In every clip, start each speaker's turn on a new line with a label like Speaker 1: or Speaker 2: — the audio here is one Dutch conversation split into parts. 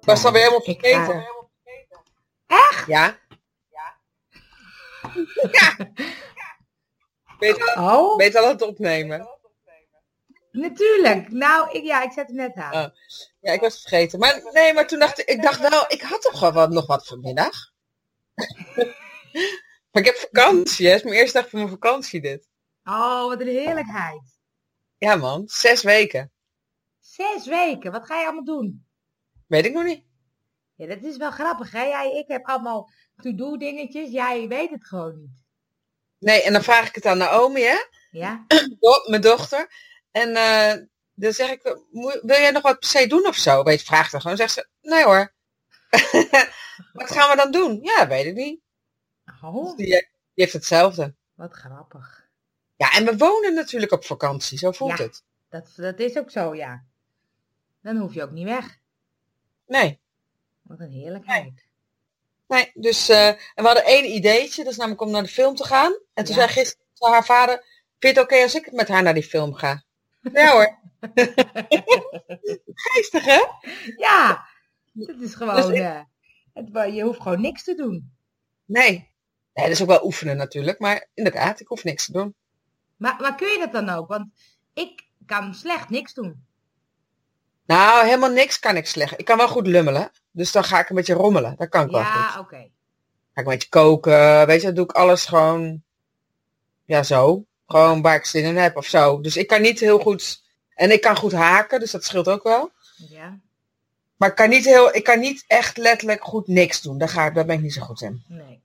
Speaker 1: Ik was alweer helemaal vergeten.
Speaker 2: eh, Echt?
Speaker 1: Ja. Weet je
Speaker 2: Oh,
Speaker 1: weet al aan het opnemen.
Speaker 2: natuurlijk. Nou, ik, ja, ik zet hem net aan.
Speaker 1: Oh. Ja, ik was het vergeten. Maar nee, maar toen dacht ik, ik dacht wel, ik had toch wel wat, nog wat vanmiddag. maar ik heb vakantie, hè. Het is mijn eerste dag van mijn vakantie dit.
Speaker 2: Oh, wat een heerlijkheid.
Speaker 1: Ja man, zes weken.
Speaker 2: Zes weken, wat ga je allemaal doen?
Speaker 1: Weet ik nog niet.
Speaker 2: Ja, dat is wel grappig, hè? Jij, ik heb allemaal to-do dingetjes. Jij weet het gewoon niet.
Speaker 1: Nee, en dan vraag ik het aan Naomi, hè.
Speaker 2: Ja?
Speaker 1: do- mijn dochter. En eh, dan zeg ik, "Moe- wil jij nog wat per se doen of zo? Weet, je, vraag dan gewoon. Dan zegt ze, nee hoor. wat gaan we dan doen? Ja, weet ik niet. Dus
Speaker 2: Oh,
Speaker 1: Die, eh, die heeft hetzelfde.
Speaker 2: wat grappig.
Speaker 1: Ja, en we wonen natuurlijk op vakantie, zo voelt
Speaker 2: Ja.
Speaker 1: het.
Speaker 2: Dat, dat is ook zo, ja. Dan hoef je ook niet weg.
Speaker 1: Nee,
Speaker 2: Wat een heerlijkheid.
Speaker 1: nee. Dus, eh, en we hadden één ideetje, dat is namelijk om naar de film te gaan. En toen
Speaker 2: Ja.
Speaker 1: zei gisteren haar vader, vind je het oké als ik met haar naar die film ga? Ja hoor. Geestig hè?
Speaker 2: Ja, dat is
Speaker 1: Dus
Speaker 2: gewoon...
Speaker 1: ik-
Speaker 2: eh, het, wa- je hoeft gewoon niks te doen.
Speaker 1: Nee. Nee, dat is ook wel oefenen natuurlijk, maar inderdaad, ik hoef niks te doen.
Speaker 2: Maar, maar kun je dat dan ook? Want ik kan slecht niks doen.
Speaker 1: Nou, helemaal niks kan ik slecht. Ik kan wel goed lummelen. Dus dan ga ik een beetje rommelen. Dat kan ik wel
Speaker 2: Ja, oh.
Speaker 1: goed.
Speaker 2: oké.
Speaker 1: Ga ik een beetje koken. Weet je, dan doe ik alles gewoon... Ja, zo. Gewoon waar ik zin in heb of zo. Dus ik kan niet heel goed... En ik kan goed haken, dus dat scheelt ook wel.
Speaker 2: Ja,
Speaker 1: Maar ik kan niet, heel, ik kan niet echt letterlijk goed niks doen. Daar, ga ik, daar ben ik niet zo goed in.
Speaker 2: nee.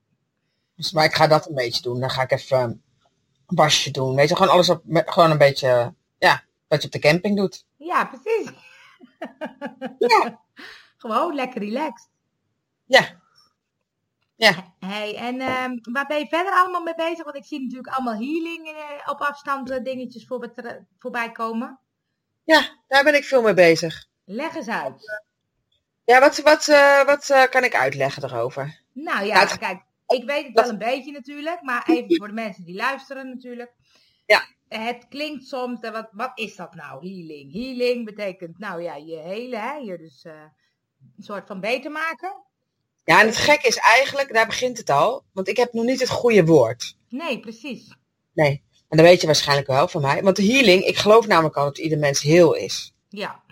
Speaker 1: Dus, maar ik ga dat een beetje doen. Dan ga ik even eh, een wasje doen. Weet je, gewoon alles op, met- gewoon een beetje... Ja, wat je op de camping doet.
Speaker 2: Ja, precies.
Speaker 1: Ja.
Speaker 2: Gewoon lekker relaxed.
Speaker 1: Ja. Ja.
Speaker 2: Hey, en ehm, waar ben je verder allemaal mee bezig? Want ik zie natuurlijk allemaal healing eh, op afstand eh, dingetjes voor, voorbij komen.
Speaker 1: Ja, daar ben ik veel mee bezig.
Speaker 2: Leg eens uit.
Speaker 1: Ja, wat, wat, eh, wat eh, kan ik uitleggen daarover?
Speaker 2: Nou
Speaker 1: Ja,
Speaker 2: ja,
Speaker 1: het-
Speaker 2: kijk, ik weet het
Speaker 1: dat-
Speaker 2: wel een beetje natuurlijk, maar even voor de mensen die luisteren natuurlijk.
Speaker 1: Ja.
Speaker 2: Het klinkt soms, eh, wat, wat is dat nou, healing? Healing betekent, nou ja, je hele, hè, je dus eh, een soort van beter maken.
Speaker 1: Ja, en het gekke is eigenlijk, daar begint het al, want ik heb nog niet het goede woord.
Speaker 2: Nee, precies.
Speaker 1: Nee, en dat weet je waarschijnlijk wel van mij. Want de healing, ik geloof namelijk al dat ieder mens heel is.
Speaker 2: Ja,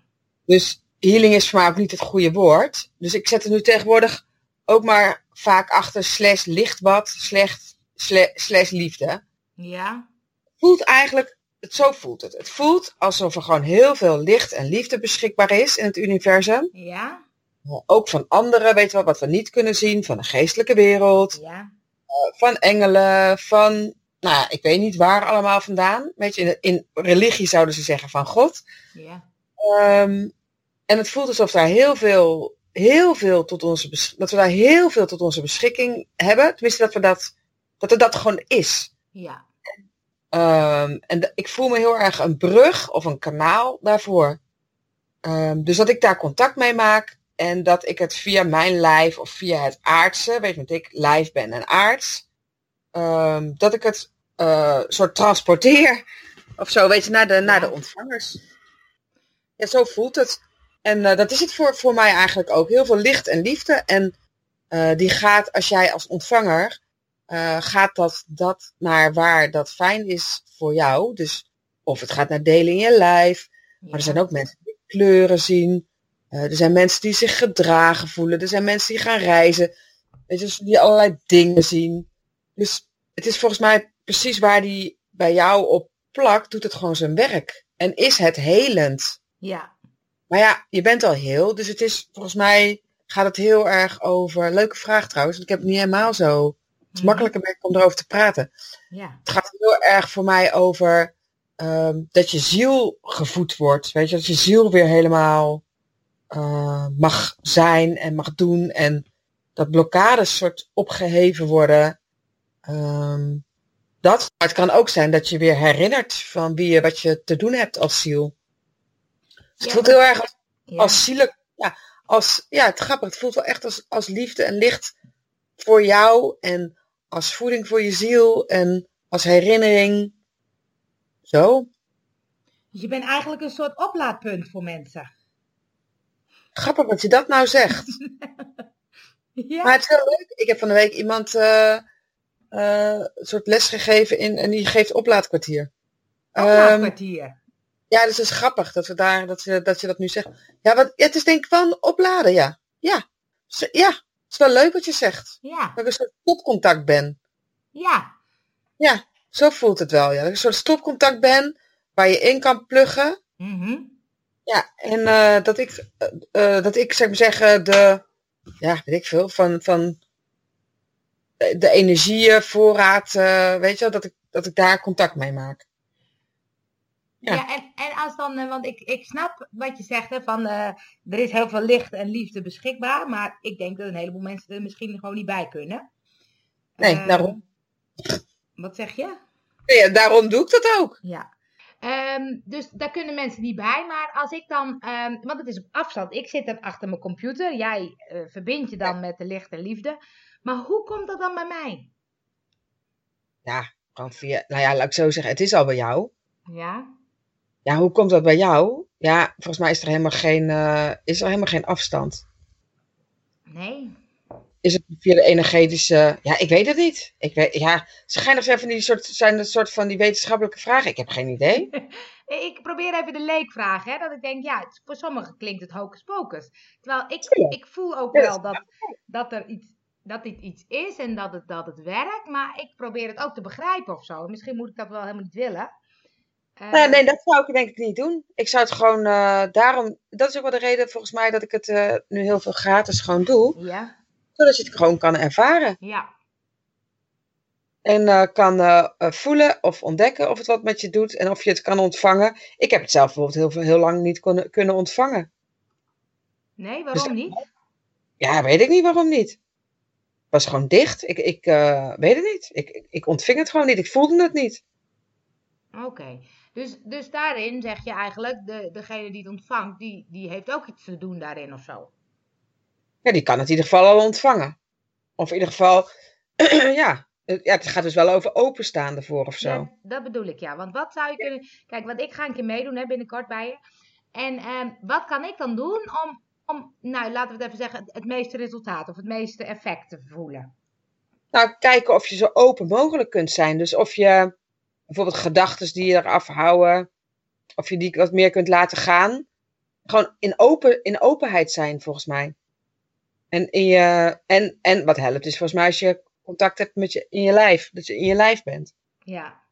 Speaker 1: Dus healing is voor mij ook niet het goede woord. Dus ik zet er nu tegenwoordig ook maar vaak achter slash lichtbad, slecht, sle- slash liefde.
Speaker 2: ja,
Speaker 1: voelt eigenlijk, het, zo voelt het. Het voelt alsof er gewoon heel veel licht en liefde beschikbaar is in het universum.
Speaker 2: ja,
Speaker 1: Maar ook van anderen, weet je wel, wat we niet kunnen zien, van de geestelijke wereld,
Speaker 2: ja.
Speaker 1: van engelen, van, nou ja, ik weet niet waar allemaal vandaan. Weet je, in, in religie zouden ze zeggen van God.
Speaker 2: Ja,
Speaker 1: Ehm, en het voelt alsof daar heel veel, heel veel tot onze, bes- dat we daar heel veel tot onze beschikking hebben. Tenminste, dat we dat, dat er dat gewoon is.
Speaker 2: ja,
Speaker 1: Ehm, en d- ik voel me heel erg een brug of een kanaal daarvoor. Ehm, dus dat ik daar contact mee maak en dat ik het via mijn lijf of via het aardse, weet je wat ik, lijf ben en aards, ehm, dat ik het eh, soort transporteer of zo, weet je, naar de, naar de ontvangers. Ja, zo voelt het. En eh, dat is het voor, voor mij eigenlijk ook. Heel veel licht en liefde. En eh, die gaat, als jij als ontvanger eh, gaat dat, dat naar waar dat fijn is voor jou. Dus of het gaat naar delen in je lijf. Maar er
Speaker 2: ja.
Speaker 1: zijn ook mensen die kleuren zien. Eh, er zijn mensen die zich gedragen voelen. Er zijn mensen die gaan reizen. Weet je, dus die allerlei dingen zien. Dus het is volgens mij precies waar die bij jou op plakt, doet het gewoon zijn werk. En is het helend.
Speaker 2: Ja,
Speaker 1: Maar ja, je bent al heel. Dus het is volgens mij gaat het heel erg over. Leuke vraag trouwens, want ik heb het niet helemaal zo het is
Speaker 2: Mhm.
Speaker 1: makkelijker werk om erover te praten.
Speaker 2: ja,
Speaker 1: Het gaat heel erg voor mij over ehm, dat je ziel gevoed wordt. Weet je, dat je ziel weer helemaal eh, mag zijn en mag doen. En dat blokkades soort opgeheven worden. Ehm, dat. Maar het kan ook zijn dat je weer herinnert van wie je, wat je te doen hebt als ziel. Dus het
Speaker 2: Ja,
Speaker 1: voelt
Speaker 2: dat-
Speaker 1: heel erg als
Speaker 2: ja.
Speaker 1: als zielig. Ja, als, ja, het grappig. Het voelt wel echt als, als liefde en licht voor jou. En als voeding voor je ziel. En als herinnering. Zo.
Speaker 2: Dus je bent eigenlijk een soort oplaadpunt voor mensen.
Speaker 1: Grappig dat je dat nou zegt.
Speaker 2: Ja.
Speaker 1: Maar het is heel leuk. Ik heb van de week iemand eh, eh, een soort les gegeven in, en die geeft oplaadkwartier.
Speaker 2: Afgelopen
Speaker 1: Ehm,
Speaker 2: kwartier.
Speaker 1: ja, dus het is grappig dat, we daar, dat, je, dat je dat nu zegt. Ja, wat, ja, het is denk ik wel een opladen, ja. Ja. Z- ja, het is wel leuk wat je zegt.
Speaker 2: Ja,
Speaker 1: Dat ik een soort stopcontact ben.
Speaker 2: ja,
Speaker 1: Zo voelt het wel, ja. Dat ik een soort stopcontact ben waar je in kan pluggen.
Speaker 2: mhm.
Speaker 1: Ja, en eh, dat ik, eh, eh, dat ik zeg maar zeggen, de, ja, weet ik veel, van, van eh, de energieën, voorraad, eh, weet je wel, dat ik, dat ik daar contact mee maak. Ja.
Speaker 2: Ja, en, en als dan, eh, want ik, ik snap wat je zegt, hè, van eh, er is heel veel licht en liefde beschikbaar, maar ik denk dat een heleboel mensen er misschien gewoon niet bij kunnen.
Speaker 1: Nee,
Speaker 2: Ehm,
Speaker 1: daarom.
Speaker 2: Wat zeg je?
Speaker 1: Nou Ja, daarom doe ik dat ook.
Speaker 2: Ja. Ehm, dus daar kunnen mensen niet bij. Maar als ik dan, ehm, want het is op afstand. Ik zit dan achter mijn computer. Jij eh, verbindt je dan met de licht en liefde. Maar hoe komt dat dan bij mij?
Speaker 1: Kan via, nou ja, laat ik zo zeggen, het is al bij jou.
Speaker 2: Ja.
Speaker 1: Ja, hoe komt dat bij jou? Ja, volgens mij is er helemaal geen, eh, is er helemaal geen afstand.
Speaker 2: Nee.
Speaker 1: Is het via de energetische, ja, ik weet het niet. Ik weet, ja, ze gaan nog zijn van die soort, zijn dat soort van die wetenschappelijke vragen. Ik heb geen idee.
Speaker 2: Eh, Ik probeer even de leekvraag. Hè, dat ik denk, ja, het- voor sommigen klinkt het hocus pocus. Terwijl ik,
Speaker 1: Tuurlijk.
Speaker 2: ik voel ook
Speaker 1: Ja, dat
Speaker 2: wel dat, dat er iets... Dat dit iets is en dat het, dat het werkt, maar ik probeer het ook te begrijpen of zo. Misschien moet ik dat wel helemaal niet willen. Eh,
Speaker 1: Nou, nee, dat zou ik denk ik niet doen. Ik zou het gewoon eh, daarom. Dat is ook wel de reden volgens mij dat ik het eh, nu heel veel gratis gewoon doe.
Speaker 2: Ja,
Speaker 1: Zodat je het gewoon kan ervaren.
Speaker 2: ja.
Speaker 1: En eh, kan eh, eh, voelen of ontdekken of het wat met je doet. En of je het kan ontvangen. Ik heb het zelf bijvoorbeeld heel, veel- heel lang niet kunnen, kunnen ontvangen.
Speaker 2: Nee, waarom niet?
Speaker 1: Ja, weet ik niet waarom niet. Het was gewoon dicht. Ik, ik eh, weet het niet. Ik, ik- ik ontving het gewoon niet. Ik voelde het niet.
Speaker 2: Oké, dus, dus daarin zeg je eigenlijk, de, degene die het ontvangt, die, die heeft ook iets te doen daarin of zo.
Speaker 1: Ja, die kan het in ieder geval al ontvangen. Of in ieder geval, ja. eh, ja. Het gaat dus wel over openstaan ervoor of zo.
Speaker 2: Ja, dat bedoel ik, ja. Want wat zou je kunnen... Kijk, want ik ga een keer meedoen hè, binnenkort bij je. En ehm, wat kan ik dan doen om, om, nou laten we het even zeggen, het, het meeste resultaat of het meeste effect te voelen?
Speaker 1: Nou, kijken of je zo open mogelijk kunt zijn. Dus of je bijvoorbeeld gedachten die je eraf houden, of je die wat meer kunt laten gaan. Gewoon in, open, in openheid zijn, volgens mij. En, in je, en, en wat helpt is volgens mij als je contact hebt met je, in je lijf. Dat je in je lijf bent.
Speaker 2: Ja.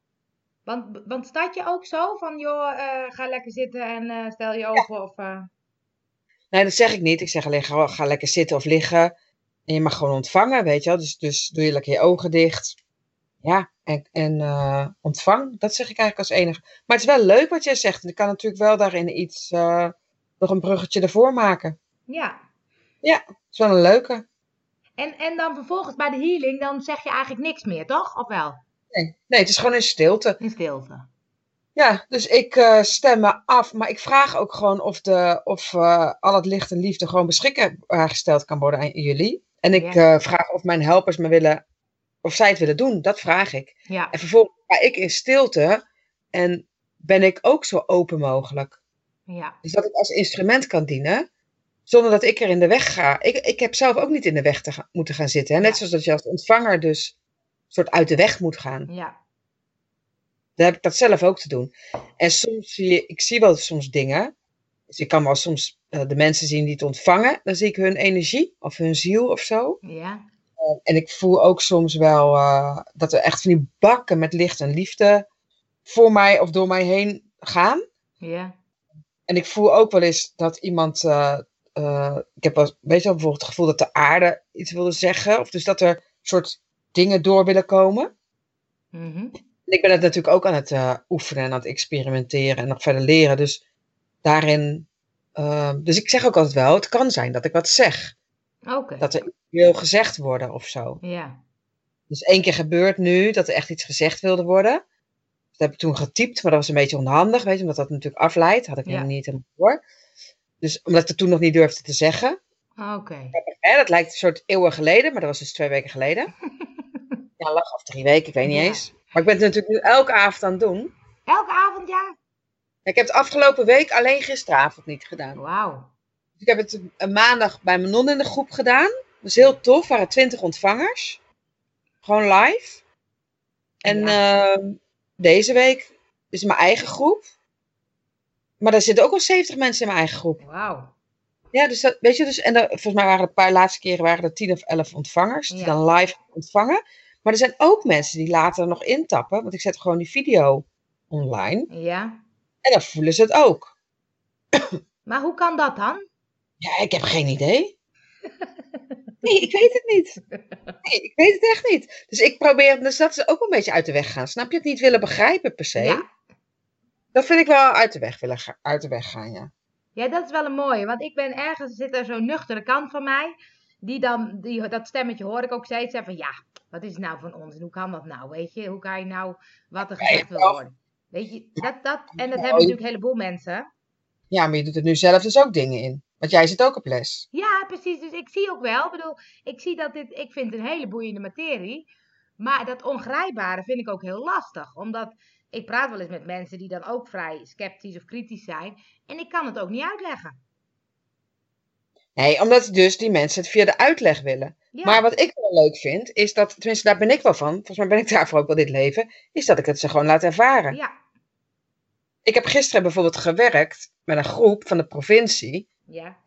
Speaker 2: Want, want staat je ook zo van, joh, eh, ga lekker zitten en eh, stel je open of... eh,
Speaker 1: Nee, dat zeg ik niet. Ik zeg alleen ga, ga lekker zitten of liggen. En je mag gewoon ontvangen, weet je wel. Dus, dus doe je lekker je ogen dicht. Ja, en, en eh, ontvang. Dat zeg ik eigenlijk als enige. Maar het is wel leuk wat jij zegt. En ik kan natuurlijk wel daarin iets, eh, nog een bruggetje ervoor maken.
Speaker 2: ja.
Speaker 1: Het is wel een leuke.
Speaker 2: En, en dan vervolgens bij de healing, dan zeg je eigenlijk niks meer, toch? Of wel?
Speaker 1: Nee, nee het is gewoon in stilte.
Speaker 2: In stilte.
Speaker 1: Ja, dus ik eh, stem me af. Maar ik vraag ook gewoon of, de, of eh, al het licht en liefde gewoon beschikbaar gesteld kan worden aan jullie. En ik eh, vraag of mijn helpers me willen, of zij het willen doen. Dat vraag ik.
Speaker 2: Ja.
Speaker 1: En vervolgens ga ik in stilte en ben ik ook zo open mogelijk.
Speaker 2: Ja,
Speaker 1: Dus dat ik als instrument kan dienen, zonder dat ik er in de weg ga. Ik, ik heb zelf ook niet in de weg te gaan, moeten gaan zitten. Hè? Net
Speaker 2: Ja.
Speaker 1: zoals dat je als ontvanger dus een soort uit de weg moet gaan.
Speaker 2: ja,
Speaker 1: Dan heb ik dat zelf ook te doen. En soms zie je, ik zie wel soms dingen. Dus ik kan wel soms eh, de mensen zien die het ontvangen. Dan zie ik hun energie of hun ziel of zo.
Speaker 2: ja,
Speaker 1: En ik voel ook soms wel eh, dat er echt van die bakken met licht en liefde voor mij of door mij heen gaan.
Speaker 2: ja,
Speaker 1: En ik voel ook wel eens dat iemand. eh, eh, ik heb wel, weet je wel, bijvoorbeeld het gevoel dat de aarde iets wilde zeggen. Of dus dat er soort dingen door willen komen.
Speaker 2: mhm,
Speaker 1: En ik ben het natuurlijk ook aan het eh, oefenen en aan het experimenteren en nog verder leren. Dus daarin. eh, dus ik zeg ook altijd wel: het kan zijn dat ik wat zeg.
Speaker 2: oké,
Speaker 1: Dat er iets wil gezegd worden of zo.
Speaker 2: ja,
Speaker 1: Dus één keer gebeurt nu dat er echt iets gezegd wilde worden. Dat heb ik toen getypt, maar dat was een beetje onhandig, weet je, omdat dat natuurlijk afleidt. Had ik
Speaker 2: Ja.
Speaker 1: helemaal niet helemaal door. Dus omdat ik het toen nog niet durfde te zeggen.
Speaker 2: oké,
Speaker 1: Hè, dat lijkt een soort eeuwen geleden, maar dat was dus twee weken geleden. ja, lach of drie weken, ik weet niet
Speaker 2: Ja.
Speaker 1: eens. Maar ik ben het natuurlijk nu elke avond aan het doen.
Speaker 2: Elke avond ja?
Speaker 1: Ik heb het afgelopen week alleen gisteravond niet gedaan.
Speaker 2: Wauw,
Speaker 1: Dus Ik heb het een maandag bij mijn non in de groep gedaan. Dat was heel tof. Er waren 20 ontvangers. Gewoon live. En ehm, deze week is mijn eigen groep. Maar er zitten ook al 70 mensen in mijn eigen groep.
Speaker 2: Wauw.
Speaker 1: Ja, dus dat, weet je, dus, en er, volgens mij waren er een paar laatste keren waren er tien of elf ontvangers die
Speaker 2: Ja.
Speaker 1: dan live ontvangen. Maar er zijn ook mensen die later nog intappen, want ik zet gewoon die video online.
Speaker 2: Ja.
Speaker 1: En dan voelen ze het ook.
Speaker 2: Maar hoe kan dat dan?
Speaker 1: Ja, ik heb geen idee. Nee, ik weet het niet. Nee, ik weet het echt niet. Dus ik probeer, dus dat ze ook een beetje uit de weg gaan. Snap je het niet willen begrijpen per se?
Speaker 2: Ja.
Speaker 1: Dat vind ik wel uit de weg willen ga- uit de weg gaan, ja.
Speaker 2: Ja, dat is wel een mooie. Want ik ben ergens, zit er zo'n nuchtere kant van mij. Die dan, die, dat stemmetje hoor ik ook steeds zeggen van ja, wat is het nou van ons? En hoe kan dat nou? Weet je, hoe kan je nou wat er gezegd wil
Speaker 1: jezelf.
Speaker 2: worden? Weet je, dat, dat, en dat hebben natuurlijk een heleboel mensen.
Speaker 1: Ja, maar je doet er nu zelf dus ook dingen in. Want jij zit ook op les.
Speaker 2: Ja, precies. Dus ik zie ook wel, ik bedoel, ik zie dat dit, ik vind het een hele boeiende materie. Maar dat ongrijpbare vind ik ook heel lastig. Omdat ik praat wel eens met mensen die dan ook vrij sceptisch of kritisch zijn. En ik kan het ook niet uitleggen.
Speaker 1: Nee, omdat dus die mensen het via de uitleg willen.
Speaker 2: Ja.
Speaker 1: Maar wat ik wel leuk vind, is dat, tenminste daar ben ik wel van, volgens mij ben ik daarvoor ook wel dit leven, is dat ik het ze gewoon laat ervaren.
Speaker 2: ja,
Speaker 1: Ik heb gisteren bijvoorbeeld gewerkt met een groep van de provincie.
Speaker 2: ja,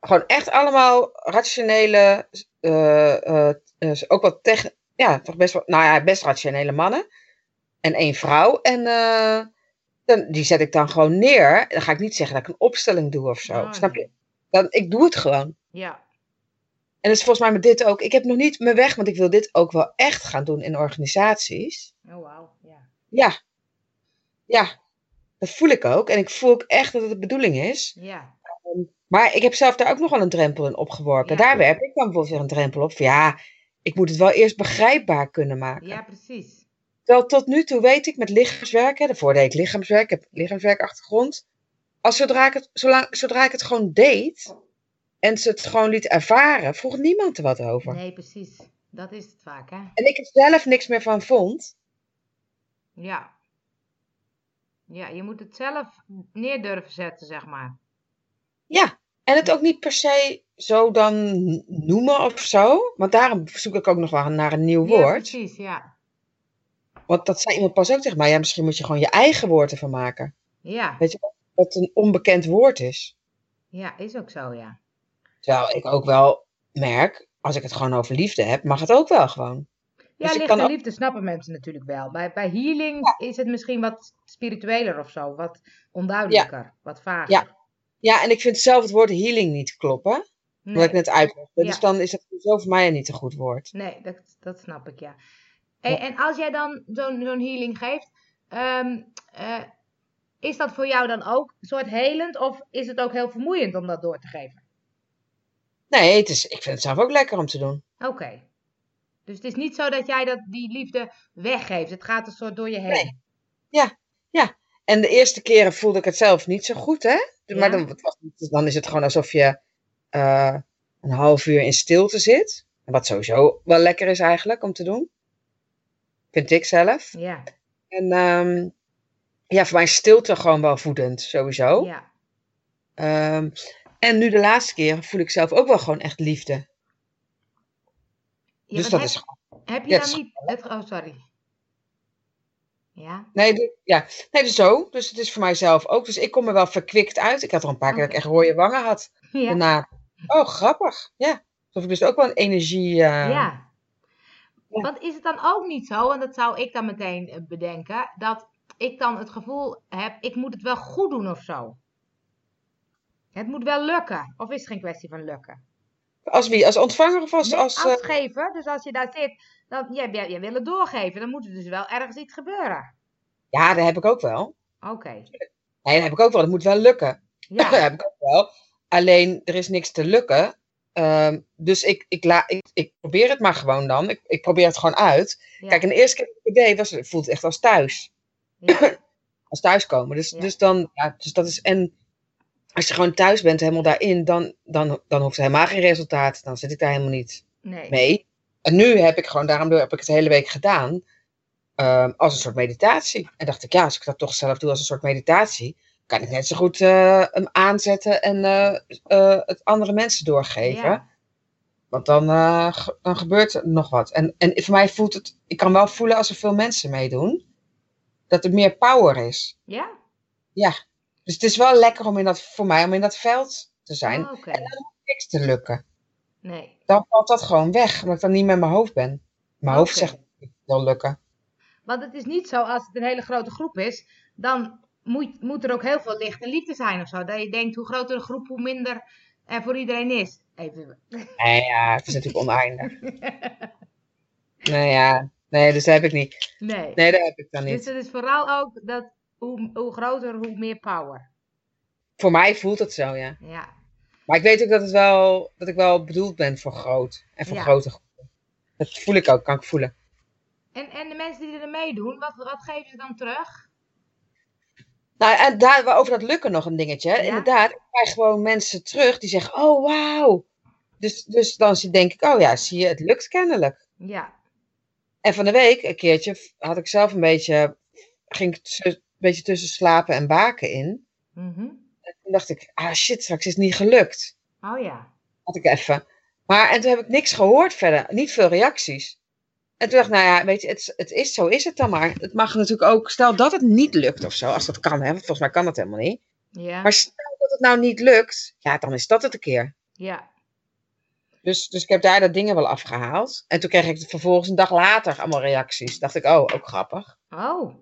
Speaker 1: Gewoon echt allemaal rationele, eh, eh, eh, ook wel tech, ja, toch best wel, nou ja, best rationele mannen. En één vrouw. En eh, dan, die zet ik dan gewoon neer. Dan ga ik niet zeggen dat ik een opstelling doe of zo.
Speaker 2: Oh,
Speaker 1: Snap
Speaker 2: nee.
Speaker 1: je? Dan, ik doe het gewoon.
Speaker 2: ja.
Speaker 1: En dat is volgens mij met dit ook. Ik heb nog niet mijn weg, want ik wil dit ook wel echt gaan doen in organisaties.
Speaker 2: Oh, wauw. Ja.
Speaker 1: Ja. Ja. Dat voel ik ook. En ik voel ook echt dat het de bedoeling is.
Speaker 2: ja.
Speaker 1: Maar ik heb zelf daar ook nog wel een drempel in opgeworpen.
Speaker 2: Ja.
Speaker 1: Daar werp ik dan bijvoorbeeld weer een drempel op. Van ja, ik moet het wel eerst begrijpbaar kunnen maken.
Speaker 2: Ja, precies.
Speaker 1: Terwijl tot nu toe weet ik met lichaamswerk, hè, daarvoor deed ik lichaamswerk, ik heb lichaamswerkachtergrond. Als zodra ik, het, zolang, zodra ik het gewoon deed en ze het gewoon liet ervaren, vroeg niemand er wat over.
Speaker 2: Nee, precies. Dat is het vaak, hè?
Speaker 1: En ik er zelf niks meer van vond.
Speaker 2: Ja. Ja, je moet het zelf neer durven zetten, zeg maar.
Speaker 1: Ja, en het ook niet per se zo dan noemen of zo. Want daarom zoek ik ook nog wel naar een nieuw
Speaker 2: Ja,
Speaker 1: woord.
Speaker 2: precies, ja.
Speaker 1: Want dat zei iemand pas ook tegen mij. Ja, misschien moet je gewoon je eigen woord ervan maken.
Speaker 2: Ja,
Speaker 1: Weet je wel? Dat een onbekend woord is.
Speaker 2: ja is ook zo, ja.
Speaker 1: Terwijl ik ook wel merk, als ik het gewoon over liefde heb, mag het ook wel gewoon.
Speaker 2: Ja,
Speaker 1: Dus je
Speaker 2: licht
Speaker 1: kan
Speaker 2: en
Speaker 1: ook-
Speaker 2: liefde snappen mensen natuurlijk wel. Bij, bij healing is het misschien wat spiritueler of zo. Wat onduidelijker, wat vager.
Speaker 1: Ja. Ja, en ik vind zelf het woord healing niet kloppen. Omdat ik
Speaker 2: Nee,
Speaker 1: net uitlegde.
Speaker 2: Ja.
Speaker 1: Dus dan is dat zo voor mij niet een goed woord.
Speaker 2: nee dat, dat snap ik, ja. En,
Speaker 1: Ja.
Speaker 2: en als jij dan zo'n zo'n healing geeft, ehm, eh, is dat voor jou dan ook een soort helend? Of is het ook heel vermoeiend om dat door te geven?
Speaker 1: Nee, het is, ik vind het zelf ook lekker om te doen.
Speaker 2: Oké. Dus het is niet zo dat jij dat, die liefde weggeeft. Het gaat een soort door je heen.
Speaker 1: Nee. En de eerste keren voelde ik het zelf niet zo goed, hè? Maar
Speaker 2: Ja.
Speaker 1: dan, het was niet- dan is het gewoon alsof je eh, een half uur in stilte zit. Wat sowieso wel lekker is eigenlijk om te doen. Vind ik zelf.
Speaker 2: Ja.
Speaker 1: En ehm, ja, voor mij is stilte gewoon wel voedend, sowieso.
Speaker 2: ja.
Speaker 1: Ehm, en nu de laatste keer voel ik zelf ook wel gewoon echt liefde.
Speaker 2: Ja,
Speaker 1: dus
Speaker 2: want
Speaker 1: dat
Speaker 2: heb,
Speaker 1: is gewoon.
Speaker 2: Heb je
Speaker 1: ja,
Speaker 2: dan
Speaker 1: dat is-
Speaker 2: niet... Het, oh, sorry. Ja?
Speaker 1: Nee, doe- ja. nee, dus zo. Dus het is voor mijzelf ook. Dus ik kom er wel verkwikt uit. Ik had er een paar keer dat ik
Speaker 2: Oké.
Speaker 1: echt rode wangen had.
Speaker 2: Oh. Ja.
Speaker 1: Daarna. Oh, grappig. Ja. Alsof ik dus ook wel een energie. eh,
Speaker 2: ja. Want is het dan ook niet zo, want dat zou ik dan meteen eh, bedenken, dat ik dan het gevoel heb, ik moet het wel goed doen of zo. Het moet wel lukken. Of is het geen kwestie van lukken?
Speaker 1: Als wie? Als ontvanger of als.
Speaker 2: Nee,
Speaker 1: als eh,
Speaker 2: afgeven. Dus als je daar zit, dan, jij, jij, jij wil het doorgeven. Dan moet er dus wel ergens iets gebeuren.
Speaker 1: Ja, dat heb ik ook wel.
Speaker 2: Oké.
Speaker 1: Nee, dat heb ik ook wel. Dat moet wel lukken.
Speaker 2: Ja.
Speaker 1: dat heb ik ook Nou wel. Alleen, er is niks te lukken. Ehm, dus ik, ik, la, ik, ik probeer het maar gewoon dan. Ik, ik probeer het gewoon uit.
Speaker 2: ja,
Speaker 1: Kijk, en de eerste keer dat ik het deed, was, het voelt echt als thuis.
Speaker 2: ja,
Speaker 1: als thuiskomen. Dus,
Speaker 2: Ja.
Speaker 1: dus dan, ja, dus dat is. En als je gewoon thuis bent, helemaal daarin, dan, dan, dan hoeft er helemaal geen resultaat. Dan zit ik daar helemaal niet
Speaker 2: nee.
Speaker 1: mee. En nu heb ik gewoon, daarom heb ik het de hele week gedaan. ehm, als een soort meditatie. En dacht ik, ja, als ik dat toch zelf doe als een soort meditatie. kan ik net zo goed eh, hem aanzetten en eh, eh, het andere mensen doorgeven.
Speaker 2: Ja.
Speaker 1: Want dan, eh, ge- dan gebeurt er nog wat. En, en voor mij voelt het, ik kan wel voelen als er veel mensen meedoen, dat er meer power is.
Speaker 2: Ja?
Speaker 1: Dus het is wel lekker om in dat, voor mij om in dat veld te zijn.
Speaker 2: Oh, Oké.
Speaker 1: Niks te lukken.
Speaker 2: Nee.
Speaker 1: Dan valt dat gewoon weg, omdat ik dan niet met mijn hoofd ben. Mijn hoofd
Speaker 2: Oké.
Speaker 1: zegt wel lukken.
Speaker 2: Want het is niet zo als het een hele grote groep is, dan moet, moet er ook heel veel licht en liefde zijn of zo. Dat je denkt, hoe groter de groep, hoe minder er voor iedereen is. Even.
Speaker 1: Nou ja, het is natuurlijk oneindig. nou ja, nee, dus dat heb ik niet.
Speaker 2: Nee.
Speaker 1: Nee, dat heb ik dan
Speaker 2: dus
Speaker 1: niet.
Speaker 2: het is vooral ook dat hoe, hoe groter, hoe meer power.
Speaker 1: Voor mij voelt het zo, ja.
Speaker 2: Ja.
Speaker 1: Maar ik weet ook dat, het wel, dat ik wel bedoeld ben voor groot. En voor
Speaker 2: Ja.
Speaker 1: grote groepen. Dat voel ik ook, kan ik voelen.
Speaker 2: En, en de mensen die er meedoen, wat, wat geven ze dan terug?
Speaker 1: Nou, en daar, over dat lukken nog een dingetje. hè.
Speaker 2: Ja.
Speaker 1: Inderdaad, ik krijg gewoon mensen terug die zeggen, oh wauw. Dus, dus dan zie- denk ik, oh ja, zie je, het lukt kennelijk.
Speaker 2: Ja.
Speaker 1: En van de week, een keertje, f- had ik zelf een beetje, ging ik tussen- een beetje tussen slapen en baken in.
Speaker 2: Mhm.
Speaker 1: Toen dacht ik, ah shit, straks is het niet gelukt.
Speaker 2: Oh ja.
Speaker 1: Had ik even. Maar, en toen heb ik niks gehoord verder. Niet veel reacties. En toen dacht ik, nou ja, weet je, het, het is zo, is het dan maar. Het mag natuurlijk ook, stel dat het niet lukt of zo, als dat kan, hè. Want volgens mij kan dat helemaal niet.
Speaker 2: Ja.
Speaker 1: Maar stel dat het nou niet lukt, ja, dan is dat het een keer.
Speaker 2: Ja.
Speaker 1: Dus, dus ik heb daar dat dingen wel afgehaald. En toen kreeg ik vervolgens een dag later allemaal reacties. Dacht ik, oh, ook grappig.
Speaker 2: Oh.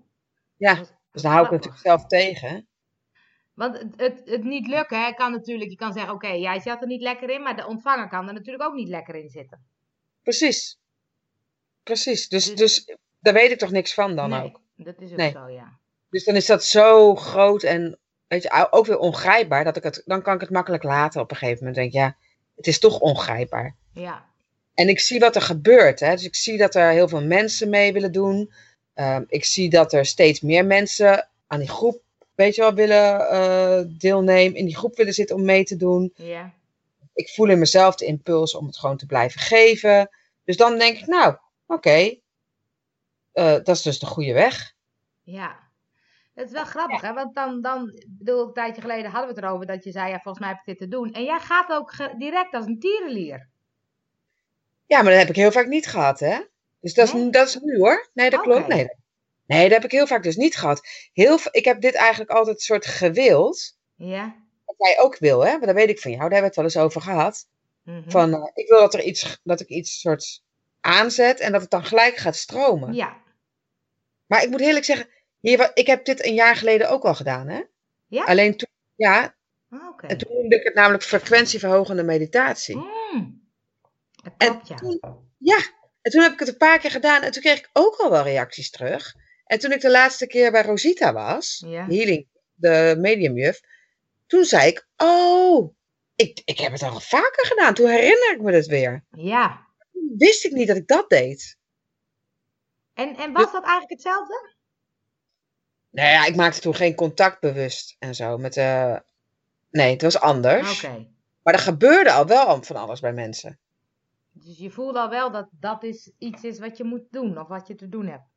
Speaker 1: Ja,
Speaker 2: Wat-
Speaker 1: Dus dan hou ik het
Speaker 2: grappig.
Speaker 1: natuurlijk zelf tegen.
Speaker 2: Want het, het, het niet lukken hè, kan natuurlijk, je kan zeggen, oké, jij zat er niet lekker in, maar de ontvanger kan er natuurlijk ook niet lekker in zitten.
Speaker 1: Precies. Precies. Dus,
Speaker 2: Dus-
Speaker 1: dus daar weet ik toch niks van dan
Speaker 2: nee,
Speaker 1: ook.
Speaker 2: dat is ook
Speaker 1: Nee.
Speaker 2: zo, ja.
Speaker 1: Dus dan is dat zo groot en weet je, ook weer ongrijpbaar. Dat ik het, dan kan ik het makkelijk laten op een gegeven moment. Denk ik, ja, het is toch ongrijpbaar.
Speaker 2: Ja,
Speaker 1: En ik zie wat er gebeurt. Hè? Dus ik zie dat er heel veel mensen mee willen doen. Ehm, ik zie dat er steeds meer mensen aan die groep, weet je wel, willen eh, deelnemen. In die groep willen zitten om mee te doen.
Speaker 2: ja,
Speaker 1: Ik voel in mezelf de impuls om het gewoon te blijven geven. Dus dan denk ik, nou, oké. eh, dat is dus de goede weg.
Speaker 2: ja. Dat is wel grappig, hè? Want dan, dan ik bedoel, een tijdje geleden hadden we het erover dat je zei, ja, volgens mij heb ik dit te doen. En jij gaat ook ge- direct als een tierenlier.
Speaker 1: Ja, maar dat heb ik heel vaak niet gehad, hè? Dus dat is,
Speaker 2: Nee?
Speaker 1: dat is nu hoor. Nee, dat
Speaker 2: Oké.
Speaker 1: klopt. Nee. nee, dat heb ik heel vaak dus niet gehad. Heel, va- ik heb dit eigenlijk altijd soort gewild.
Speaker 2: Ja.
Speaker 1: Wat jij ook wil, hè? Maar dat weet ik van jou. Daar hebben we het wel eens over gehad.
Speaker 2: Mhm.
Speaker 1: Van, eh, ik wil dat, er iets, g- dat ik iets soort aanzet en dat het dan gelijk gaat stromen.
Speaker 2: Ja.
Speaker 1: Maar ik moet eerlijk zeggen, hier, wa- ik heb dit een jaar geleden ook al gedaan, hè?
Speaker 2: Ja?
Speaker 1: Alleen toen, ja,
Speaker 2: Ah, Oké.
Speaker 1: en toen noemde ik het namelijk frequentieverhogende meditatie.
Speaker 2: Mm. Dat
Speaker 1: En
Speaker 2: klopt, ja.
Speaker 1: toen- En toen heb ik het een paar keer gedaan en toen kreeg ik ook al wel reacties terug. En toen ik de laatste keer bij Rosita was,
Speaker 2: Ja.
Speaker 1: healing, de mediumjuf, toen zei ik, oh, ik, ik heb het al vaker gedaan. Toen herinner ik me dat weer.
Speaker 2: Ja.
Speaker 1: Toen Wist ik niet dat ik dat deed.
Speaker 2: En, en was dat eigenlijk hetzelfde?
Speaker 1: Nou ja, ik maakte toen geen contact bewust en zo met de... Nee, het was
Speaker 2: Ah, Oké.
Speaker 1: anders. Maar er gebeurde al wel van alles bij mensen.
Speaker 2: Dus je voelde al wel dat dat is iets is wat je moet doen of wat je te doen hebt.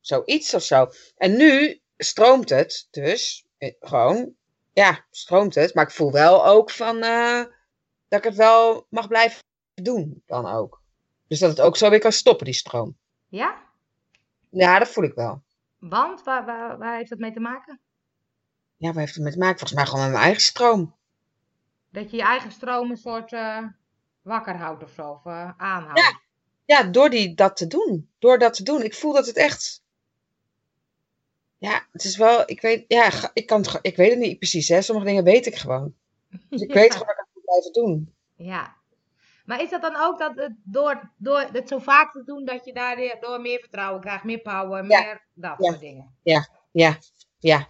Speaker 1: Zoiets of zo. En nu stroomt het dus. eh, Gewoon, ja, stroomt het. Maar ik voel wel ook van eh, dat ik het wel mag blijven doen dan ook. Dus dat het ook zo weer kan stoppen, die stroom.
Speaker 2: Ja?
Speaker 1: Ja, dat voel ik wel.
Speaker 2: Want waar, waar, waar heeft dat mee te maken?
Speaker 1: Ja, waar heeft het mee te maken? Volgens mij gewoon met mijn eigen stroom.
Speaker 2: Dat je je eigen stroom een soort eh, wakker houdt of zo, of eh, aanhoudt. Ja.
Speaker 1: Ja, door die, dat te doen. Door dat te doen. Ik voel dat het echt... Ja, het is wel... Ik weet, ja, ga- ik, kan, het ge- ik weet het niet precies, hè. Sommige dingen weet ik gewoon. Dus ik weet gewoon dat ik het moet blijven doen.
Speaker 2: Ja. Maar is dat dan ook dat het door, door het zo vaak te doen, dat je daardoor meer vertrouwen krijgt, meer power, meer dat
Speaker 1: Ja.
Speaker 2: soort dingen?
Speaker 1: Ja, ja,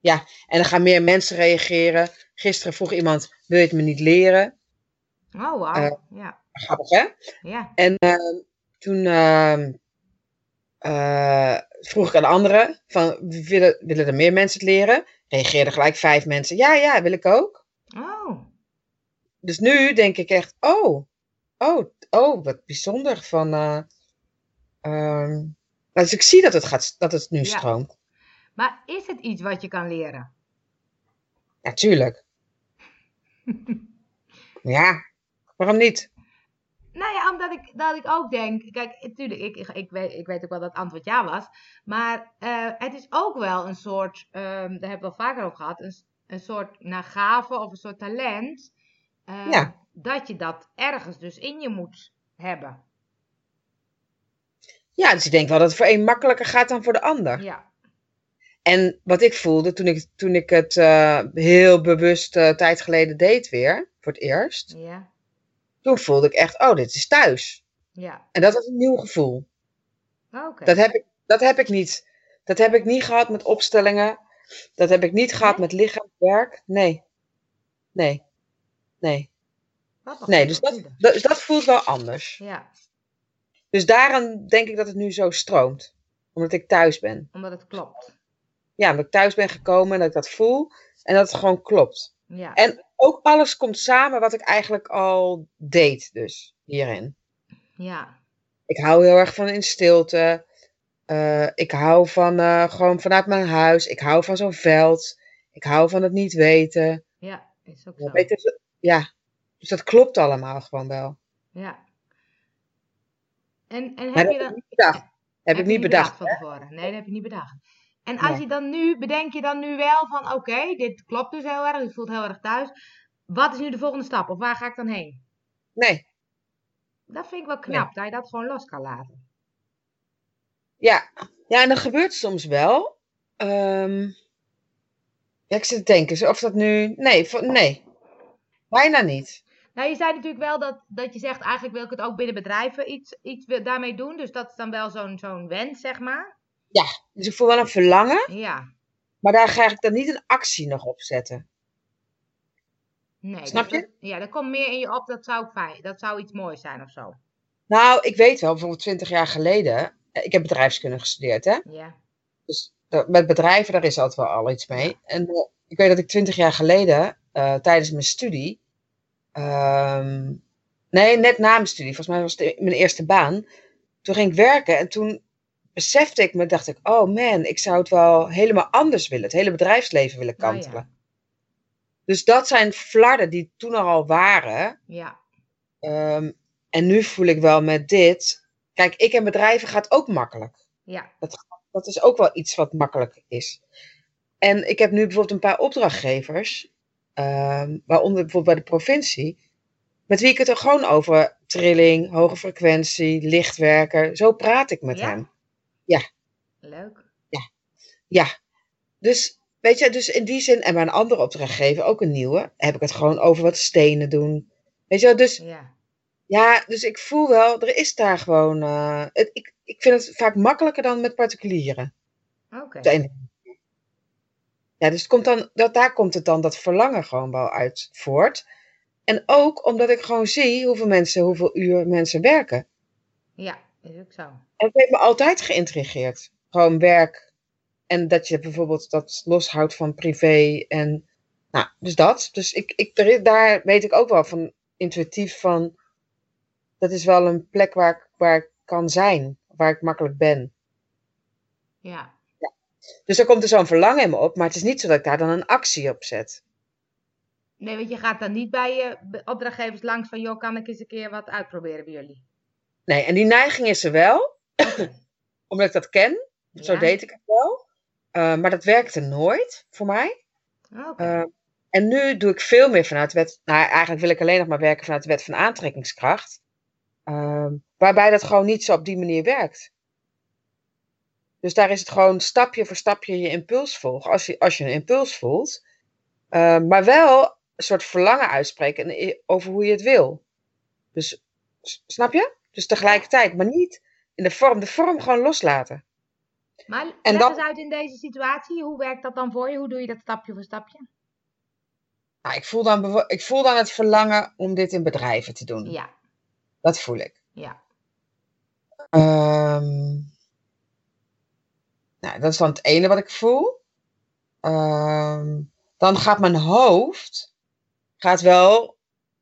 Speaker 1: ja. En dan gaan meer mensen reageren. Gisteren vroeg iemand, wil je het me niet leren?
Speaker 2: Oh, wauw.
Speaker 1: Eh.
Speaker 2: ja.
Speaker 1: Grappig, hè?
Speaker 2: Ja.
Speaker 1: En ehm, toen ehm, eh, vroeg ik aan anderen, van, willen, willen er meer mensen het leren? Reageerden gelijk vijf mensen, ja, ja, wil ik ook.
Speaker 2: Oh.
Speaker 1: Dus nu denk ik echt, oh, oh, oh, wat bijzonder. Van, eh, ehm, nou, dus ik zie dat het, gaat, dat het nu
Speaker 2: Ja.
Speaker 1: stroomt.
Speaker 2: Maar is het iets wat je kan leren?
Speaker 1: Natuurlijk. ja, waarom niet?
Speaker 2: Nou ja, omdat ik, dat ik ook denk, kijk, natuurlijk, ik, ik, ik, weet, ik weet ook wel dat het antwoord ja was. Maar eh, het is ook wel een soort, ehm, daar hebben we al vaker over gehad, een, s- een soort nagave of een soort talent. eh,
Speaker 1: Ja.
Speaker 2: Dat je dat ergens dus in je moet hebben.
Speaker 1: Ja, dus ik denk wel dat het voor een makkelijker gaat dan voor de ander.
Speaker 2: Ja.
Speaker 1: En wat ik voelde toen ik, toen ik het eh, heel bewust eh, tijd geleden deed weer, voor het eerst.
Speaker 2: Ja.
Speaker 1: Toen voelde ik echt, oh, dit is thuis.
Speaker 2: Ja.
Speaker 1: En dat was een nieuw gevoel.
Speaker 2: Oké.
Speaker 1: Dat heb ik, dat heb ik niet. Dat heb ik niet gehad met opstellingen. Dat heb ik niet gehad
Speaker 2: Nee?
Speaker 1: met lichaamswerk. Nee. Nee. Nee.
Speaker 2: Wat nog
Speaker 1: Nee,
Speaker 2: meer
Speaker 1: dus
Speaker 2: tot
Speaker 1: dat,
Speaker 2: nu toe.
Speaker 1: dat, dus dat voelt wel anders.
Speaker 2: Ja,
Speaker 1: Dus daarom denk ik dat het nu zo stroomt. Omdat ik thuis ben.
Speaker 2: omdat het klopt.
Speaker 1: Ja, omdat ik thuis ben gekomen en dat ik dat voel. En dat het gewoon klopt.
Speaker 2: Ja.
Speaker 1: En- Ook alles komt samen wat ik eigenlijk al deed dus hierin.
Speaker 2: Ja.
Speaker 1: Ik hou heel erg van in stilte. Eh, ik hou van eh, gewoon vanuit mijn huis. Ik hou van zo'n veld. Ik hou van het niet weten.
Speaker 2: Ja, is ook zo.
Speaker 1: Weet je, zo- ja, dus dat klopt allemaal gewoon wel.
Speaker 2: Ja. En, en
Speaker 1: Maar
Speaker 2: heb
Speaker 1: dat
Speaker 2: je dan...
Speaker 1: heb ik niet bedacht. Heb ik
Speaker 2: je
Speaker 1: niet bedacht.
Speaker 2: van tevoren. Nee, dat heb je niet bedacht. En als
Speaker 1: Nee.
Speaker 2: je dan nu, bedenk je dan nu wel van, oké, dit klopt dus heel erg, je voelt heel erg thuis. Wat is nu de volgende stap? Of waar ga ik dan heen?
Speaker 1: Nee,
Speaker 2: Dat vind ik wel knap, dat je dat gewoon los kan laten.
Speaker 1: ja. Ja, en dat gebeurt soms wel. Ehm, ja, ik zit te denken, zo of dat nu... Nee, vo- nee. Bijna niet.
Speaker 2: Nou, je zei natuurlijk wel dat, dat je zegt, eigenlijk wil ik het ook binnen bedrijven iets, iets wi- daarmee doen. Dus dat is dan wel zo'n zo'n wens, zeg maar.
Speaker 1: Dus ik voel wel een verlangen,
Speaker 2: Ja,
Speaker 1: maar daar ga ik dan niet een actie nog op zetten.
Speaker 2: nee.
Speaker 1: Snap
Speaker 2: dat-
Speaker 1: je?
Speaker 2: dat- ja, dat komt meer in je op, dat zou, fijn, dat zou iets moois zijn of zo.
Speaker 1: Nou, ik weet wel, bijvoorbeeld 20 jaar geleden... eh, Ik heb bedrijfskunde gestudeerd, hè?
Speaker 2: Ja,
Speaker 1: Dus da- met bedrijven, daar is altijd wel al iets mee. En eh, ik weet dat ik twintig jaar geleden, eh, tijdens mijn studie, ehm, nee, net na mijn studie, volgens mij was het e- mijn eerste baan, toen ging ik werken en toen besefte ik me, dacht ik, oh man, ik zou het wel helemaal anders willen, het hele bedrijfsleven willen
Speaker 2: Nou ja.
Speaker 1: kantelen. Dus dat zijn flarden die toen er al waren,
Speaker 2: ja,
Speaker 1: Ehm, en nu voel ik wel met dit. Kijk, ik en bedrijven gaat ook makkelijk.
Speaker 2: Ja.
Speaker 1: Dat, dat is ook wel iets wat makkelijk is. En ik heb nu bijvoorbeeld een paar opdrachtgevers, ehm, waaronder bijvoorbeeld bij de provincie, met wie ik het er gewoon over trilling, hoge frequentie, lichtwerken, zo praat ik met
Speaker 2: Ja?
Speaker 1: hem.
Speaker 2: leuk.
Speaker 1: Dus, weet je, dus in die zin, en mijn andere opdrachtgever, ook een nieuwe, heb ik het gewoon over wat stenen doen. Weet je wel, dus
Speaker 2: Ja,
Speaker 1: Ja, dus ik voel wel, er is daar gewoon. eh, het, ik, ik vind het vaak makkelijker dan met particulieren.
Speaker 2: oké.
Speaker 1: op de een of andere manier. Ja, dus het komt dan, dat, daar komt het dan dat verlangen gewoon wel uit voort. En ook omdat ik gewoon zie hoeveel mensen, hoeveel uur mensen werken.
Speaker 2: Ja, is ook zo.
Speaker 1: En dat heeft me altijd geïntrigeerd. Gewoon werk. En dat je bijvoorbeeld dat loshoudt van privé. En nou, dus dat. Dus ik, ik, er is- daar weet ik ook wel van intuïtief van. Dat is wel een plek waar ik, waar ik kan zijn. Waar ik makkelijk ben.
Speaker 2: Ja.
Speaker 1: Dus daar komt er zo'n verlangen in me op. Maar het is niet zo dat ik daar dan een actie op zet.
Speaker 2: Nee, want je gaat dan niet bij je be- opdrachtgevers langs van, joh, kan ik eens een keer wat uitproberen bij jullie?
Speaker 1: Nee, en die neiging is er wel. omdat ik dat ken. Zo
Speaker 2: Ja.
Speaker 1: deed ik het wel. Eh, maar dat werkte nooit voor mij.
Speaker 2: Oké.
Speaker 1: Eh, en nu doe ik veel meer vanuit de wet. Nou, eigenlijk wil ik alleen nog maar werken vanuit de wet van aantrekkingskracht. Ehm, waarbij dat gewoon niet zo op die manier werkt. Dus daar is het gewoon stapje voor stapje je impuls volgen. Als je, als je een impuls voelt. Ehm, maar wel een soort verlangen uitspreken en i- over hoe je het wil. Dus s- snap je? Dus tegelijkertijd, maar niet in de vorm. De vorm gewoon loslaten.
Speaker 2: maar leg
Speaker 1: en dan-
Speaker 2: eens uit in deze situatie, hoe werkt dat dan voor je? Hoe doe je dat stapje voor stapje?
Speaker 1: Nou, ik, voel dan, bewo- ik voel dan het verlangen om dit in bedrijven te doen.
Speaker 2: Ja,
Speaker 1: Dat voel ik.
Speaker 2: ja,
Speaker 1: Ehm, nou, dat is dan het ene wat ik voel. Ehm, dan gaat mijn hoofd gaat wel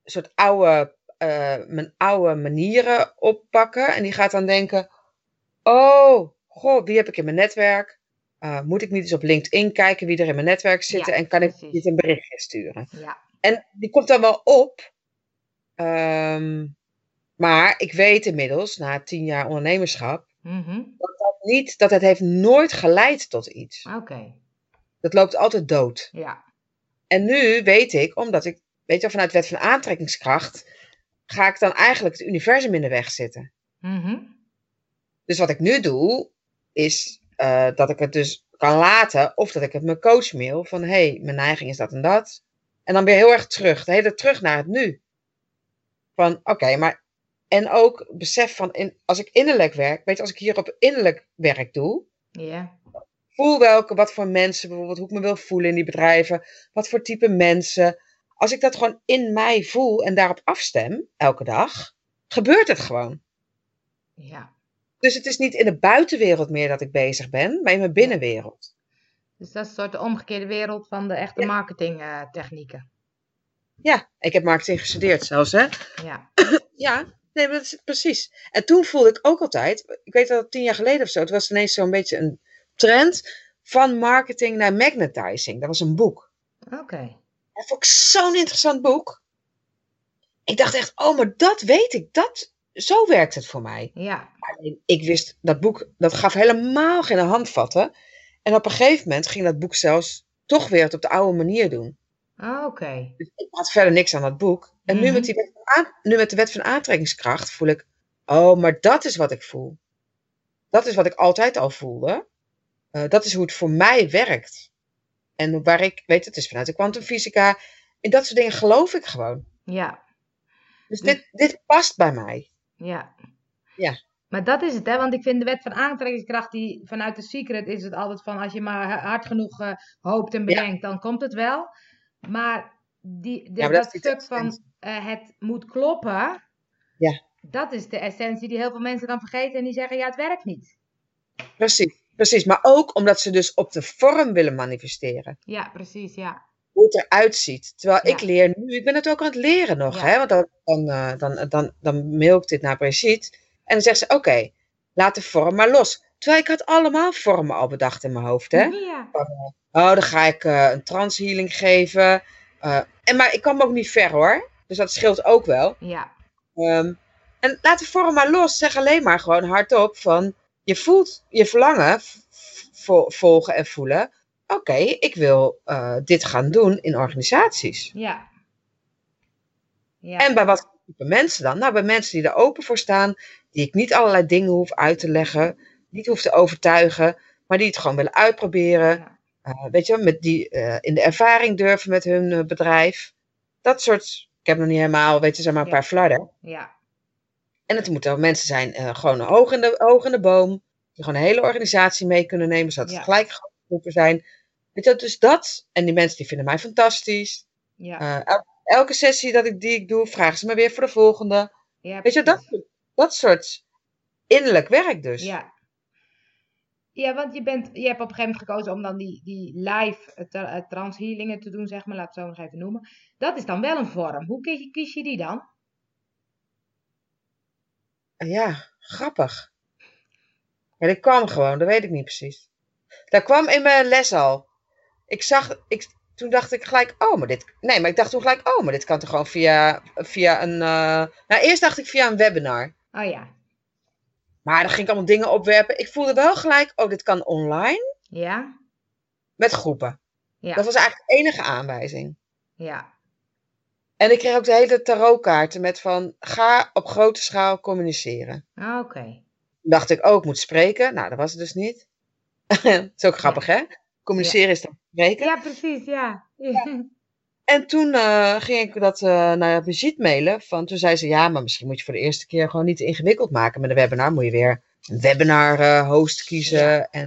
Speaker 1: een soort oude, eh, mijn oude manieren oppakken. En die gaat dan denken: Oh, god, die heb ik in mijn netwerk. Ah, eh, moet ik niet eens op LinkedIn kijken wie er in mijn netwerk zitten
Speaker 2: Ja,
Speaker 1: en kan ik
Speaker 2: precies.
Speaker 1: dit een berichtje sturen?
Speaker 2: Ja.
Speaker 1: En die komt dan wel op. Ehm, maar ik weet inmiddels, na tien jaar ondernemerschap,
Speaker 2: Mhm.
Speaker 1: niet dat het heeft nooit geleid tot iets.
Speaker 2: Oké.
Speaker 1: Dat loopt altijd dood.
Speaker 2: Ja.
Speaker 1: En nu weet ik, omdat ik, weet je, wel, vanuit wet van aantrekkingskracht, ga ik dan eigenlijk het universum in de weg zitten.
Speaker 2: Mhm.
Speaker 1: Dus wat ik nu doe, is eh, dat ik het dus kan laten, of dat ik het mijn coach mail van, hé, hey, mijn neiging is dat en dat. En dan weer heel erg terug, de hele tijd terug naar het nu. Van, oké, maar, en ook besef van, in, als ik innerlijk werk, weet je, als ik hier op innerlijk werk doe,
Speaker 2: Ja.
Speaker 1: voel welke, wat voor mensen bijvoorbeeld, hoe ik me wil voelen in die bedrijven, wat voor type mensen. Als ik dat gewoon in mij voel en daarop afstem, elke dag, gebeurt het gewoon.
Speaker 2: Ja.
Speaker 1: Dus het is niet in de buitenwereld meer dat ik bezig ben, maar in mijn binnenwereld.
Speaker 2: Dus dat is een soort de omgekeerde wereld van de echte
Speaker 1: Ja.
Speaker 2: marketingtechnieken.
Speaker 1: Ja, ik heb marketing gestudeerd zelfs, hè?
Speaker 2: ja.
Speaker 1: Ja, nee, maar dat is precies. En toen voelde ik ook altijd, ik weet dat tien jaar geleden of zo, het was ineens zo'n beetje een trend van marketing naar magnetizing. Dat was een boek.
Speaker 2: Oké.
Speaker 1: Dat vond ik zo'n interessant boek. Ik dacht echt, oh, maar dat weet ik. Dat, zo werkt het voor mij.
Speaker 2: Ja.
Speaker 1: Alleen, ik wist, dat boek, dat gaf helemaal geen handvatten. En op een gegeven moment ging dat boek zelfs toch weer het op de oude manier doen.
Speaker 2: Oké.
Speaker 1: Dus ik had verder niks aan dat boek. En nu,
Speaker 2: Mhm.
Speaker 1: met die wet van aan- nu met de wet van aantrekkingskracht voel ik, oh, maar dat is wat ik voel. Dat is wat ik altijd al voelde. Eh, dat is hoe het voor mij werkt. En waar ik, weet het is vanuit de kwantumfysica. In dat soort dingen geloof ik gewoon.
Speaker 2: Ja.
Speaker 1: Dus
Speaker 2: Dus-
Speaker 1: dit, dit past bij mij.
Speaker 2: Ja.
Speaker 1: Ja.
Speaker 2: Maar dat is het, hè? Want ik vind de wet van aantrekkingskracht, die vanuit de secret is het altijd van als je maar ha- hard genoeg eh, hoopt en
Speaker 1: Ja.
Speaker 2: bedenkt, dan komt het wel. Maar, die, de-
Speaker 1: maar dat
Speaker 2: dat,
Speaker 1: is die
Speaker 2: stuk van
Speaker 1: essentie.
Speaker 2: eh, het moet kloppen,
Speaker 1: Ja.
Speaker 2: dat is de essentie die heel veel mensen dan vergeten en die zeggen, ja, het werkt niet.
Speaker 1: Precies, precies. Maar ook omdat ze dus op de vorm willen manifesteren.
Speaker 2: Ja, precies, ja.
Speaker 1: Hoe het eruit ziet. Terwijl ik
Speaker 2: Ja.
Speaker 1: leer nu, ik ben het ook aan het leren nog.
Speaker 2: Ja.
Speaker 1: Hè? Want dan, dan, eh, dan, dan, dan mail ik dit naar Brigitte. En dan zegt ze, oké, laat de vorm maar los. Terwijl ik had allemaal vormen al bedacht in mijn hoofd. Hè?
Speaker 2: Ja,
Speaker 1: Oh, dan ga ik eh, een transhealing geven. Eh, en, maar ik kwam ook niet ver hoor. Dus dat scheelt ook wel.
Speaker 2: ja,
Speaker 1: Ehm, en laat de vorm maar los. Zeg alleen maar gewoon hardop van... Je voelt je verlangen v- vo- volgen en voelen. Oké, ik wil eh, dit gaan doen in organisaties.
Speaker 2: ja. Ja,
Speaker 1: En bij wat voor type mensen dan? Nou, bij mensen die er open voor staan. Die ik niet allerlei dingen hoef uit te leggen. Niet hoef te overtuigen. Maar die het gewoon willen uitproberen.
Speaker 2: Ja.
Speaker 1: Eh, weet je, wel, met die eh, in de ervaring durven met hun eh, bedrijf. Dat soort... Ik heb nog niet helemaal, weet je, zeg maar een
Speaker 2: Ja.
Speaker 1: paar flarden.
Speaker 2: ja,
Speaker 1: En het moeten mensen zijn eh, gewoon hoog in, de, hoog in de boom. Die gewoon een hele organisatie mee kunnen nemen. Zodat
Speaker 2: Ja.
Speaker 1: het gelijk groepen zijn. Weet je, wel, dus dat. En die mensen die vinden mij fantastisch.
Speaker 2: ja.
Speaker 1: Eh, el- elke sessie dat ik, die ik doe, vragen ze me weer voor de volgende.
Speaker 2: ja,
Speaker 1: Weet je, wel,
Speaker 2: precies.
Speaker 1: dat, dat soort innerlijk werk dus.
Speaker 2: Ja. Ja, want je, bent, je hebt op een gegeven moment gekozen om dan die, die live eh, tra- eh, transhealingen te doen, zeg maar, laat ik het zo nog even noemen. Dat is dan wel een vorm. Hoe kies je, kies je die dan?
Speaker 1: Eh, ja, grappig. Ja, dat kwam gewoon, dat weet ik niet precies. Dat kwam in mijn les al. Ik zag, ik, toen dacht ik gelijk, oh, maar dit. Nee, maar ik dacht toen gelijk, oh, maar dit kan toch gewoon via, via een. eh, Nou, eerst dacht ik via een webinar.
Speaker 2: Oh ja.
Speaker 1: Maar dan ging ik allemaal dingen opwerpen. Ik voelde wel gelijk, oh, dit kan online
Speaker 2: Ja?
Speaker 1: met groepen.
Speaker 2: Ja.
Speaker 1: Dat was eigenlijk de enige aanwijzing.
Speaker 2: Ja.
Speaker 1: En ik kreeg ook de hele tarotkaarten met van, ga op grote schaal communiceren.
Speaker 2: Ah, Oké.
Speaker 1: dacht ik, oh, ik moet spreken. Nou, dat was het dus niet. Het is ook grappig, hè? Communiceren is dan spreken.
Speaker 2: Ja, precies, ja. Ja.
Speaker 1: En toen eh, ging ik dat eh, naar Brigitte mailen. Van, toen zei ze, ja, maar misschien moet je voor de eerste keer gewoon niet te ingewikkeld maken met een webinar. Moet je weer een webinar eh, host kiezen.
Speaker 2: Ja.
Speaker 1: En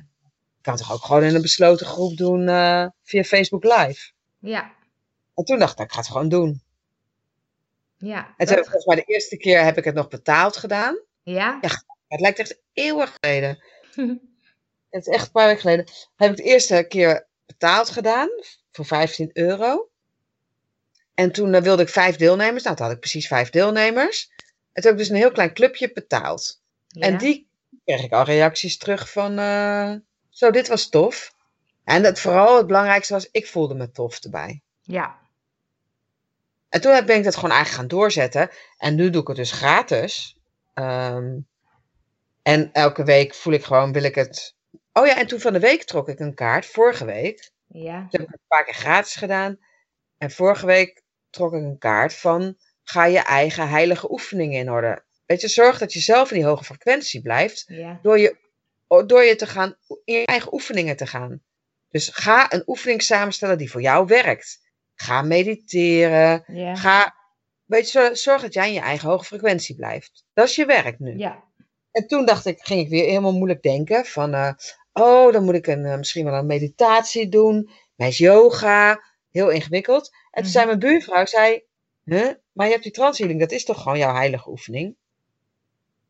Speaker 1: je kan het toch ook gewoon in een besloten groep doen eh, via Facebook Live.
Speaker 2: Ja.
Speaker 1: En toen dacht ik, ik ga het gewoon doen.
Speaker 2: Ja.
Speaker 1: En toen heb ik,
Speaker 2: Dat-
Speaker 1: volgens mij de eerste keer heb ik het nog betaald gedaan.
Speaker 2: Ja.
Speaker 1: Het lijkt echt eeuwig geleden. Het is echt een paar weken geleden. Heb ik de eerste keer betaald gedaan. Voor 15 euro. En toen eh, wilde ik vijf deelnemers. Nou, toen had ik precies vijf deelnemers. En toen heb ik dus een heel klein clubje betaald.
Speaker 2: Ja.
Speaker 1: En die kreeg ik al reacties terug van... eh, Zo, dit was tof. En dat vooral het belangrijkste was, ik voelde me tof erbij.
Speaker 2: Ja.
Speaker 1: En toen ben ik dat gewoon eigenlijk gaan doorzetten. En nu doe ik het dus gratis. Ehm, en elke week voel ik gewoon, wil ik het... Oh ja, en toen van de week trok ik een kaart, vorige week.
Speaker 2: Ja.
Speaker 1: Dat heb ik een paar keer gratis gedaan. En vorige week trok ik een kaart van ga je eigen heilige oefeningen in orde. Weet je, zorg dat je zelf in die hoge frequentie blijft
Speaker 2: Ja.
Speaker 1: door je, o- door je te gaan, o- in je eigen oefeningen te gaan. Dus ga een oefening samenstellen die voor jou werkt. Ga mediteren.
Speaker 2: Ja.
Speaker 1: Ga, weet je, zo- zorg dat jij in je eigen hoge frequentie blijft. Dat is je werk nu.
Speaker 2: Ja.
Speaker 1: En toen dacht ik, ging ik weer helemaal moeilijk denken van, eh, oh, dan moet ik een, eh, misschien wel een meditatie doen, mijn yoga, heel ingewikkeld. En toen
Speaker 2: Mhm.
Speaker 1: zei mijn buurvrouw, zei, huh? maar je hebt die transhealing, dat is toch gewoon jouw heilige oefening?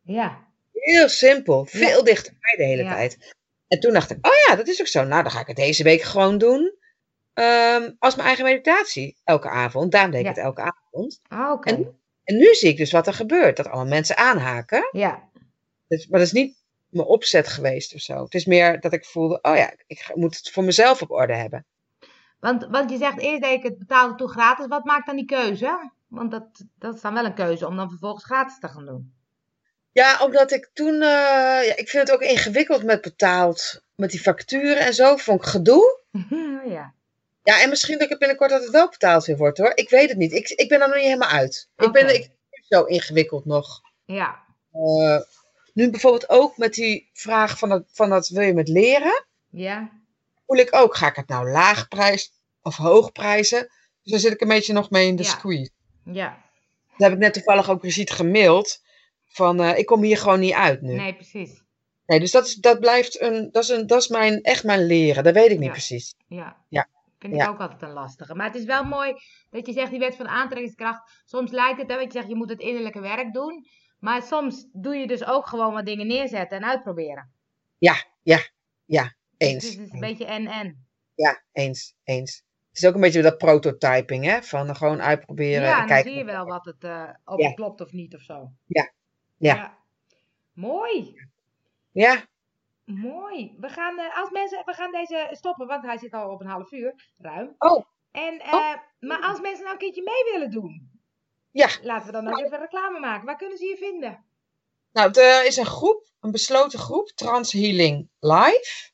Speaker 2: Ja.
Speaker 1: Heel simpel, veel dichterbij de hele
Speaker 2: Ja.
Speaker 1: tijd. En toen dacht ik, oh ja, dat is ook zo. Nou, dan ga ik het deze week gewoon doen ehm, als mijn eigen meditatie elke avond. Daarom deed ik
Speaker 2: Ja.
Speaker 1: het elke avond.
Speaker 2: Ah, Oké.
Speaker 1: En- En nu zie ik dus wat er gebeurt, dat allemaal mensen aanhaken.
Speaker 2: Ja.
Speaker 1: Dus, maar dat is niet mijn opzet geweest of zo. Het is meer dat ik voelde, oh ja, ik ga- moet het voor mezelf op orde hebben.
Speaker 2: Want, want je zegt eerst deed ik het betaalde toen gratis. Wat maakt dan die keuze? Want dat, dat is dan wel een keuze om dan vervolgens gratis te gaan doen.
Speaker 1: Ja, omdat ik toen, eh, ja, ik vind het ook ingewikkeld met betaald, met die facturen en zo, vond ik gedoe.
Speaker 2: Mhm, oh ja.
Speaker 1: Ja, en misschien dat ik het binnenkort dat het wel betaald weer wordt hoor. Ik weet het niet. Ik, ik ben er nog niet helemaal uit. Ik ben
Speaker 2: Oké.
Speaker 1: ik, zo ingewikkeld nog.
Speaker 2: Ja.
Speaker 1: Eh, nu bijvoorbeeld ook met die vraag van dat, van dat wil je met leren?
Speaker 2: Ja.
Speaker 1: voel ik ook, ga ik het nou laag prijzen of hoog prijzen? Dus daar zit ik een beetje nog mee in de
Speaker 2: Ja.
Speaker 1: squeeze.
Speaker 2: Ja.
Speaker 1: Daar heb ik net toevallig ook Brigitte gemaild. Van eh, ik kom hier gewoon niet uit nu. Nee,
Speaker 2: Nee, precies.
Speaker 1: dus dat, is, dat blijft een. Dat is, een, dat is mijn, echt mijn leren. Dat weet ik niet
Speaker 2: Ja.
Speaker 1: precies.
Speaker 2: Ja.
Speaker 1: Ja.
Speaker 2: Vind ik
Speaker 1: Ja.
Speaker 2: ook altijd een lastige. Maar het is wel mooi dat je zegt, die wet van aantrekkingskracht. Soms lijkt het, hè, want je zegt, je moet het innerlijke werk doen. Maar soms doe je dus ook gewoon wat dingen neerzetten en uitproberen. Dus
Speaker 1: Eens.
Speaker 2: het is een beetje en-en.
Speaker 1: Ja, eens. Eens. Het is ook een beetje dat prototyping, hè? Van gewoon uitproberen.
Speaker 2: Ja,
Speaker 1: en
Speaker 2: dan
Speaker 1: kijken.
Speaker 2: zie je wel wat het, eh of
Speaker 1: Ja.
Speaker 2: het klopt of niet of zo.
Speaker 1: Ja. Ja.
Speaker 2: Mooi.
Speaker 1: Ja,
Speaker 2: Mooi. We gaan, eh, als mensen, we gaan deze stoppen, want hij zit al op een half uur, ruim.
Speaker 1: Oh.
Speaker 2: En, eh,
Speaker 1: Oh.
Speaker 2: Maar als mensen nou een keertje mee willen doen,
Speaker 1: ja.
Speaker 2: laten we dan ook even reclame maken. Waar kunnen ze je vinden?
Speaker 1: Nou, er is een groep, een besloten groep, Trans Healing Live.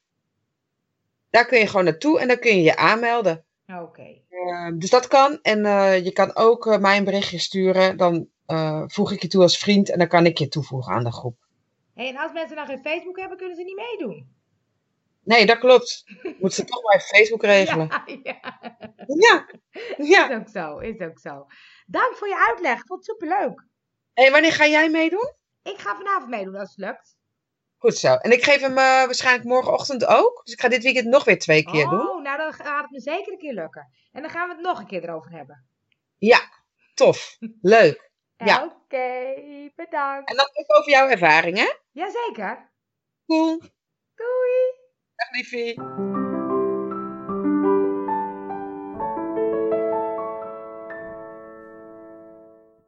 Speaker 1: Daar kun je gewoon naartoe en daar kun je je aanmelden.
Speaker 2: Oké.
Speaker 1: Ehm, dus dat kan. En eh, je kan ook eh, mij een berichtje sturen. Dan eh, voeg ik je toe als vriend en dan kan ik je toevoegen aan de groep.
Speaker 2: Hey, en als mensen nou geen Facebook hebben, kunnen ze niet meedoen.
Speaker 1: Nee, dat klopt. Moet ze toch maar even Facebook regelen.
Speaker 2: Ja, ja.
Speaker 1: Ja. ja.
Speaker 2: Is ook zo, is ook zo. Dank voor je uitleg, ik vond het superleuk.
Speaker 1: Hé, wanneer ga jij meedoen?
Speaker 2: Ik ga vanavond meedoen als het lukt.
Speaker 1: Goed zo. En ik geef hem eh, waarschijnlijk morgenochtend ook. Dus ik ga dit weekend nog weer twee keer
Speaker 2: oh,
Speaker 1: doen.
Speaker 2: nou dan gaat het me zeker een keer lukken. En dan gaan we het nog een keer erover hebben.
Speaker 1: Tof. Leuk. Ja.
Speaker 2: Oké, bedankt.
Speaker 1: En dan ook over jouw ervaring, hè?
Speaker 2: Jazeker.
Speaker 1: Cool.
Speaker 2: Doei.
Speaker 1: Dag liefie.